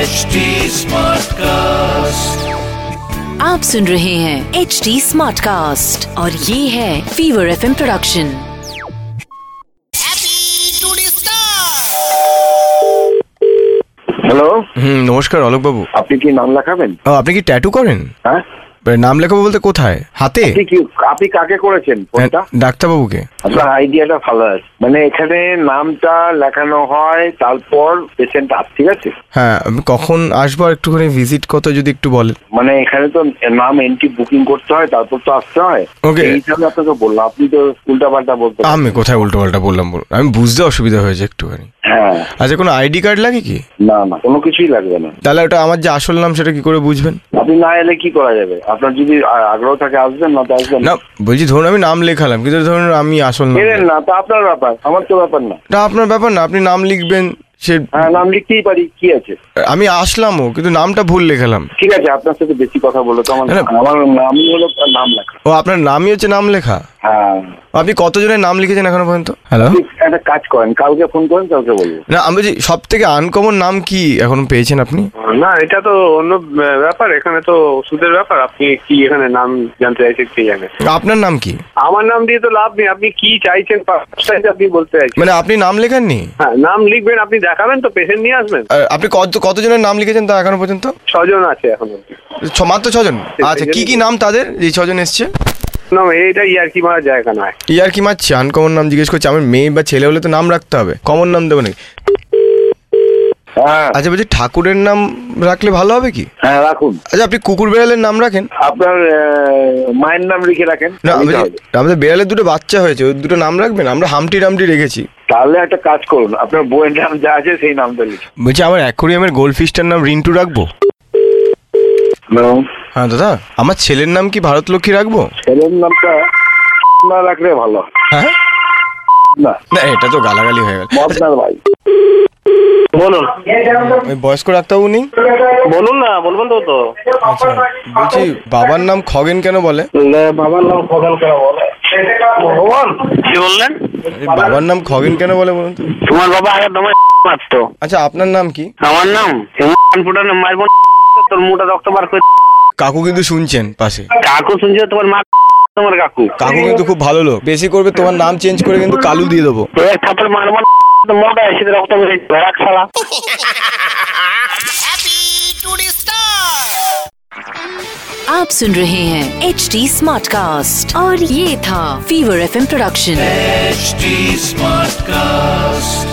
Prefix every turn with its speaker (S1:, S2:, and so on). S1: HD Smartcast.
S2: आप सुन रहे हैं एच डी स्मार्ट कास्ट और ये है Fever F production
S3: hello
S4: hmm নমস্কার অলোকবাবু
S3: আপনি কি নাম লেখাবেন
S4: ও, আপনি কি ট্যাটু করেন
S3: হ্যাঁ
S4: নাম লেখাবো বলতে কোথায় হাতে হ্যাঁ,
S3: আপনি কি আপনি কাকে করেছেন ফোনটা
S4: ডাক্তারবাবুকে
S3: আপনার আইডিয়াটা ভালো আছে মানে এখানে নামটা লেখানো হয় তারপর পেশেন্ট আস ঠিক আছে
S4: হ্যাঁ আমি কখন আসবো আর একটুখানি ভিজিট কত যদি একটু বলেন
S3: মানে এখানে তো নাম এন্ট্রি বুকিং করতে হয় তারপর তো আসতে হয়
S4: Okay.
S3: এই হিসাবে আপনাকে বললাম আপনি তো উল্টা পাল্টা বলতে
S4: আমি কোথায় উল্টো পাল্টা বললাম বলুন আমি বুঝতে অসুবিধা হয়েছে একটুখানি
S3: হ্যাঁ
S4: আচ্ছা কোনো আইডি কার্ড লাগে কি
S3: না না কোনো কিছুই লাগবে না
S4: তাহলে ওটা আমার যে আসল নাম সেটা কি করে বুঝবেন
S3: আপনি না এলে কি করা যাবে আপনার যদি আ- আগ্রহ থাকে আসবেন না তো আসবেন
S4: না বলছি ধরুন আমি নাম লেখালাম কিন্তু ধরুন আমি আসল নাম
S3: এলেন না তো আপনার ব্যাপার আমার তো ব্যাপার না
S4: এটা আপনার ব্যাপার না আপনি নাম লিখবেন সে
S3: হ্যাঁ নাম লিখতেই পারি কি আছে
S4: আমি আসলামও কিন্তু নামটা ভুল লেখালাম
S3: ঠিক আছে আপনার সাথে বেশি কথা বলো তো আমার
S4: না, না।
S3: আমার নাম হলো নাম লেখা
S4: ও আপনার নামই হচ্ছে নাম লেখা
S3: হ্যাঁ
S4: আপনি কতজনের নাম লিখেছেন এখনো পর্যন্ত হ্যালো
S3: ঠিক, একটা কাজ করেন কাউকে ফোন করেন কাউকে বলবো
S4: না আমি বলছি সব থেকে আনকমন নাম কি এখন পেয়েছেন আপনি
S5: না এটা তো অন্য আহ, ব্যাপার এখানে তো ওষুধের ব্যাপার আপনি কি এখানে নাম জানতে চাইছেন কে জানে
S4: আপনার নাম কি
S5: আমার নাম দিয়ে তো লাভ নেই আপনি কি চাইছেন পাঁচটাই আপনি বলতে চাইছেন
S4: মানে আপনি নাম লেখাননি
S5: হ্যাঁ নাম লিখবেন আপনি দেখাবেন তো পেশেন্ট নিয়ে আসবেন
S4: আর আপনি কত কতজনের নাম লিখেছেন তা এখনো পর্যন্ত
S5: ছজন আছে এখন
S4: ছ- মাত্র ছজন আচ্ছা কি কি নাম তাদের যে ছজন এসছে
S5: না এইটা ইয়ার্কি মারা জায়গা নয়
S4: ইয়ার কি মারছে আনকমন নাম জিজ্ঞেস করছে আমার মেয়ে বা ছেলে হলে তো নাম রাখতে হবে কমন নাম দেবো নাকি
S3: হ্যাঁ
S4: আচ্ছা বলছি ঠাকুরের নাম রাখলে ভালো হবে কি
S3: হ্যাঁ রাখুন
S4: আচ্ছা আপনি কুকুর বেড়ালের নাম রাখেন
S3: আপনার আহ, মায়ের নাম লিখে রাখেন
S4: না
S3: আমি
S4: আমি বলছি,
S3: তাহলে-
S4: আমাদের বেড়ালের দুটো বাচ্চা হয়েছে ওই দুটো নাম রাখবেন আমরা হামটি রামটি রেখেছি
S3: তাহলে একটা কাজ করুন আপনার বইয়ের নাম যা আছে সেই নামটা লিখুন
S4: বলছি আমার অ্যাকোরিয়ামের গোল্ডফিশটার নাম রিন্টু রাখবো হ্যাঁ দাদা আমার ছেলের নাম কি ভারত লক্ষ্মী রাখবো
S3: ছেলের নামটা না রাখলে ভালো হয়।
S4: হ্যাঁ
S3: না
S4: না এটা তো গালাগালি হয়ে গেল
S3: আপনার ভাই
S6: বলুন
S4: ওই বয়স্ক ডাক্তারবাবু নেই
S6: বলুন না বলবেন তো তো
S4: আচ্ছা বলছি বাবার নাম খগেন কেন বলে
S6: বাবার নাম খগেন কেন বলে ভগবান কি বললেন
S4: এই বাবার নাম খগেন কেন বলে বলুন তো
S6: তোমার বাবা আগের নামে মারত
S4: আচ্ছা আপনার নাম কি
S6: আমার নাম হেমন্তপুটা নাম মারব তোর মুটা রক্ত বার করে
S4: কাকু কিন্তু শুনছেন পাশে
S6: কাকু শুনছো তোমার মা তোমার কাকু
S4: কাকু কিন্তু খুব ভালো লোক বেশি করবে তোমার নাম চেঞ্জ করে কিন্তু কালু দিয়ে দেবো
S6: তো এক থাপড় মারব মোটা এসে রক্ত বের ভেড়া খালা
S2: आप सुन रहे हैं एच डी स्मार्ट कास्ट और ये था fever F production
S1: HD Smartcast.